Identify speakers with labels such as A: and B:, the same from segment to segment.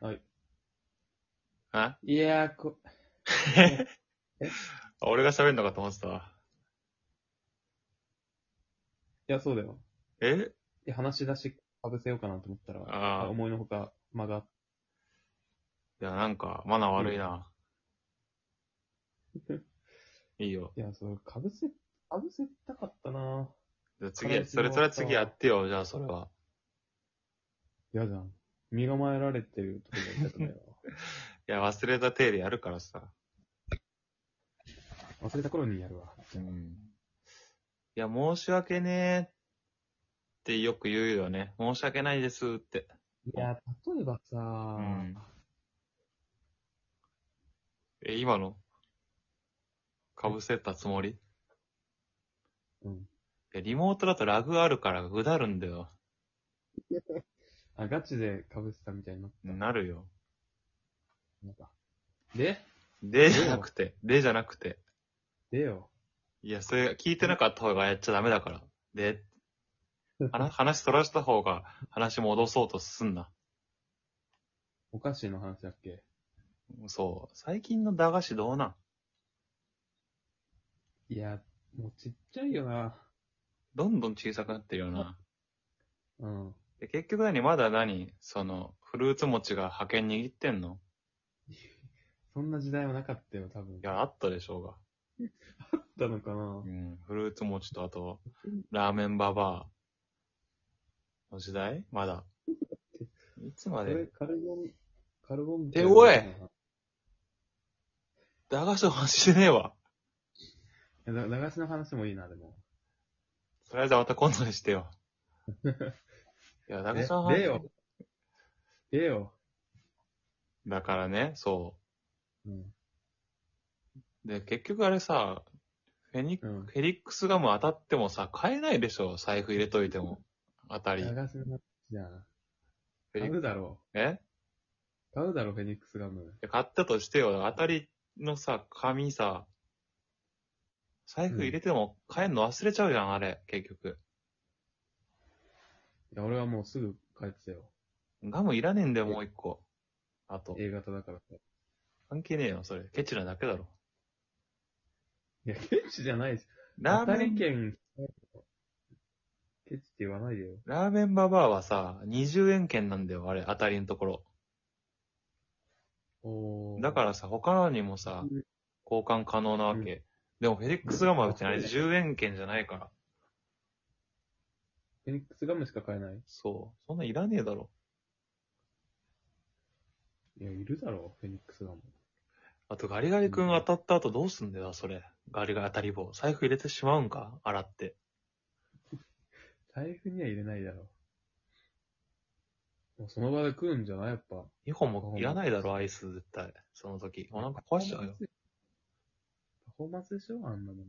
A: はい。
B: あ
A: いやー、こ、
B: 俺が喋るのかと思ってたわ。
A: いや、そうだよ。
B: え
A: いや話し出しかぶせようかなと思ったら、
B: ああ。
A: 思いのほか間が、
B: いや、なんか、マナー悪いな。 いいよ。
A: いや、そう、かぶせ、かぶせたかったな
B: じゃあ
A: 彼
B: 次、
A: 氏
B: それ、
A: の
B: それは次やってよ、じゃあそれは。
A: 嫌じゃん。身構えられてるところやりたく ないわ。
B: いや、忘れた体でやるからさ。
A: 忘れた頃にやるわ。
B: うん。いや、申し訳ねえってよく言うよね。申し訳ないですって。
A: いや、例えばさ、
B: んえ、今のかぶせたつもり
A: うん。
B: いや、リモートだとラグあるからうだるんだよ。
A: あ、ガチでかぶせたみたいになった。
B: なるよ。
A: なんかで、
B: でじゃなくて、でじゃなくて。
A: でよ。
B: いや、それ聞いてなかった方がやっちゃダメだから。で、 話話そらした方が話戻そうとすんな。
A: お菓子の話だっけ
B: そう。最近の駄菓子どうなん
A: いや、もうちっちゃいよな。
B: どんどん小さくなってるよな。
A: うん。
B: で結局何まだ何その、フルーツ餅が派遣握ってんの
A: そんな時代はなかったよ、多分。
B: いや、あったでしょうが。
A: ったのかな
B: うん。フルーツ餅とあと、ラーメンババアの時代まだ。いつま
A: これ
B: で、
A: カルボン、カルボン。
B: えおい駄菓子の話してねえわ。
A: やだ駄菓子の話もいいな、でも。
B: それじゃあまた今度にし てよ。いや、駄菓子の話。
A: えでよ。でよ。
B: だからね、そ
A: うん。
B: う。で、結局あれさ、フェニ
A: う
B: フ
A: ん。
B: ェリックスガム当たってもさ、買えないでしょ財布入れといても。当たり。
A: 駄
B: フ
A: 菓子の話じゃん。
B: ェリ
A: 買
B: ック
A: うだろ
B: え
A: う。買うだろ、フェニックスガム。
B: 買ったとしてよ、当たりのさ、紙さ、財布入れても買えんの忘れちゃうじゃん、あれ、結局。
A: いや、俺はもうすぐ帰ってたよ。
B: ガムいらねえんだよ、もう一個。あと、
A: A 型だからさ。
B: 関係ねえよ、それ。ケチなだけだろ。
A: いや、ケチじゃないし。
B: ラーメン
A: 当たり、券、ケチって言わないでよ。
B: ラーメンババアはさ、20円券なんだよ、あれ、当たりのところ。
A: お、
B: だかららさ、他のにもさ
A: うん、
B: 交換可能なわけ。
A: うん
B: でも、フェリックスガムは別にあれ
A: うん
B: 10円券じゃないから。
A: フェニックスガムしか買えない
B: そう。そんなんいらねえだろ。
A: いや、いるだろう、フェニックスガム。
B: あと、ガリガリ君当たった後どうすんだよ、それ。ガリガリ当たり棒。財布入れてしまうんか洗って。
A: 財布には入れないだろう。もうその場で食うんじゃないやっぱ。
B: 2本もいらないだろ、アイス絶対。その時。お腹壊しちゃうよ。。
A: パフォーマンスでしょあんなもん。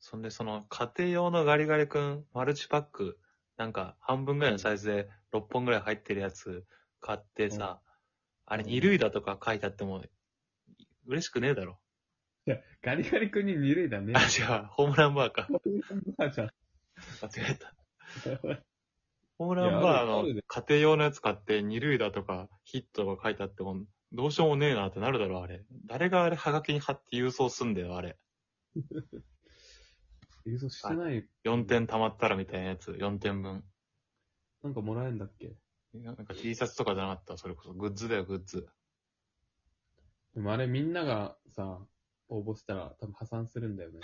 B: そんで、その、家庭用のガリガリ君、マルチパック、なんか、半分ぐらいのサイズで6本ぐらい入ってるやつ買ってさ、あれ
A: うん
B: 2類だとか書いてあっても、嬉しくねえだろ。
A: ガリガリ君に二類だね
B: あ、。違う、ホームランバーか。
A: ホームランバーじゃん。
B: 間違えた。ホームラン
A: いやあ
B: バー
A: るある
B: の
A: で
B: 家庭用のやつ買って二塁打とかヒットとか書いてあっても、どうしようもねえなってなるだろ、あれ。誰があれ、ハガキに貼って郵送すんだよ、あれ。
A: 郵送してない。
B: 4点溜まったらみたいなやつ、4点分。
A: なんかもらえんだっけ
B: なんか T シャツとかじゃなかった、それこそ。グッズだよ、グッズ。
A: でもあれみんながさ、応募したら多分破産するんだよね。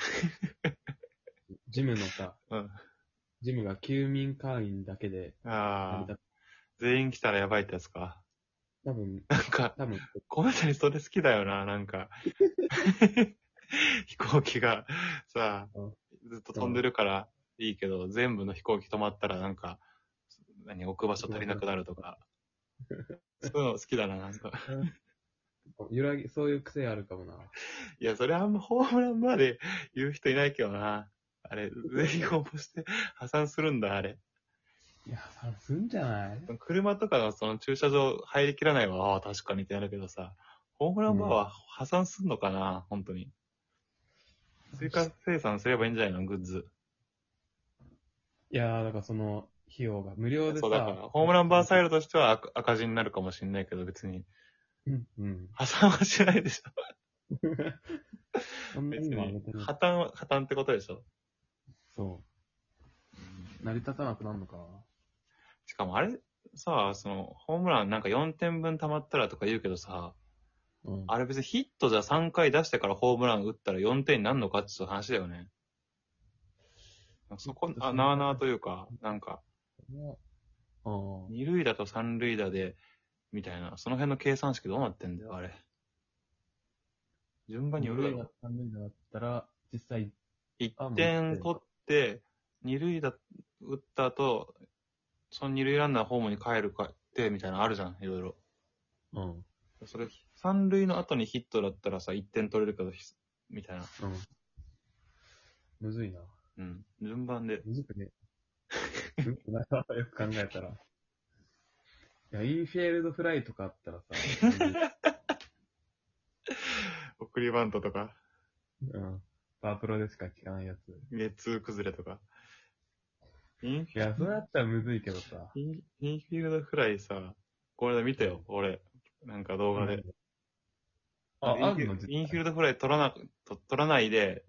A: ジムのさ、
B: うん。
A: ジムが休眠会員だけで、
B: ああ、全員来たらやばいってやつか。
A: 多分、
B: なんか、
A: 多分、
B: 小谷それ好きだよな、なんか。 飛行機がさ
A: うん、
B: ずっと飛んでるからいいけど、全部の飛行機止まったらなんか、何、置く場所足りなくなるとか。そういうの好きだな、なんか。
A: 揺らぎ、そういう癖あるかもな。
B: いや、それあんまホームランまで言う人いないけどな。あれ、全員応募して破産するんだ、あれ。
A: いや、破産すんじゃない
B: 車とかのその駐車場入りきらないわ、ああ、確かにってなるけどさ、ホームランバーは破産すんのかな、本当に。追加生産すればいいんじゃないの、グッズ。
A: いやー、だからその、費用が無料でさ。
B: そうだから、ホームランバーサイドとしては赤赤字になるかもしれないけど、別に、
A: うん、うん。
B: 破産はしないでしょ。
A: そんな
B: 別
A: に
B: に
A: はあげてな。い。
B: 破綻は、破綻ってことでしょ。
A: そう。成り立たなくなるのかな。
B: しかもあれ、さその、ホームランなんか4点分溜まったらとか言うけどさ、
A: うん。
B: あれ別にヒットじゃ3回出してからホームラン打ったら4点になんのかっていう話だよね。そこ、あなあなあというか、なんか、
A: ねうん。
B: 二塁打と三塁打で、みたいな、その辺の計算式どうなってんだよ、あれ。順番によるだ
A: 二塁
B: ろ
A: 打。三塁打だったら、実際、
B: 一
A: あもう一
B: 点
A: 点
B: 取って、二塁打打った後、その二塁ランナーホームに帰るかって、みたいなのあるじゃん、いろいろ。
A: うん。うん。
B: それ、三塁の後にヒットだったらさ、一点取れるけど、ひみたいな。
A: むずいな。
B: うん。順番で。
A: むずくね。むずくないわよく考えたら。いや、インフィールドフライとかあったらさ、
B: 送りバントとか、
A: うん。パワープロでしか聞かないやつ。
B: ゲッツー崩れとか。イン
A: いや、それだったらむずいけどさ。
B: インインフィールドフライさ、これで見たよ、俺。なんか動画で。。
A: あ、あ
B: イン
A: んの
B: フィインフィー
A: ル
B: ルドフライ取らな、と取らないで、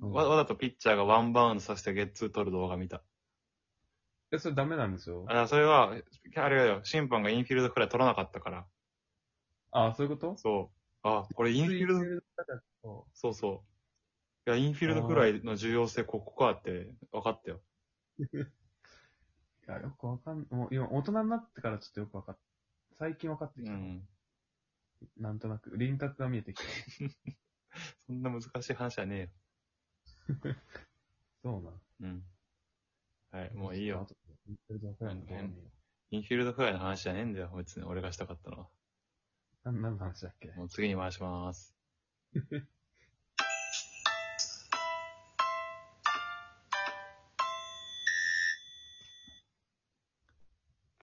A: うん
B: わ、わざとピッチャーがワンバウンドさせてゲッツー取る動画見た。
A: え、それダメなんでしょ
B: あ、それは、あれだよ、審判がインフィールドフライ取らなかったから。
A: あ、そういうこと
B: そう。あ、これインフィールド、
A: ルドフライだと
B: そうそう。いや、インフィールドフライの重要性、ここかって分かったよ。
A: いや、よくわかん、もう今、大人になってからちょっとよくわかっ、最近わかって
B: う
A: きた。
B: ん。
A: なんとなく、輪郭が見えてきた。
B: そんな難しい話じゃねえよ。
A: そうなん。
B: うん。はい、もういいよ。
A: ちょっと後でインフィールドフライの方に
B: インフィールドフライの話じゃねえんだよ、別に俺がしたかったのは。
A: な何の話だっけ
B: もう次に回します。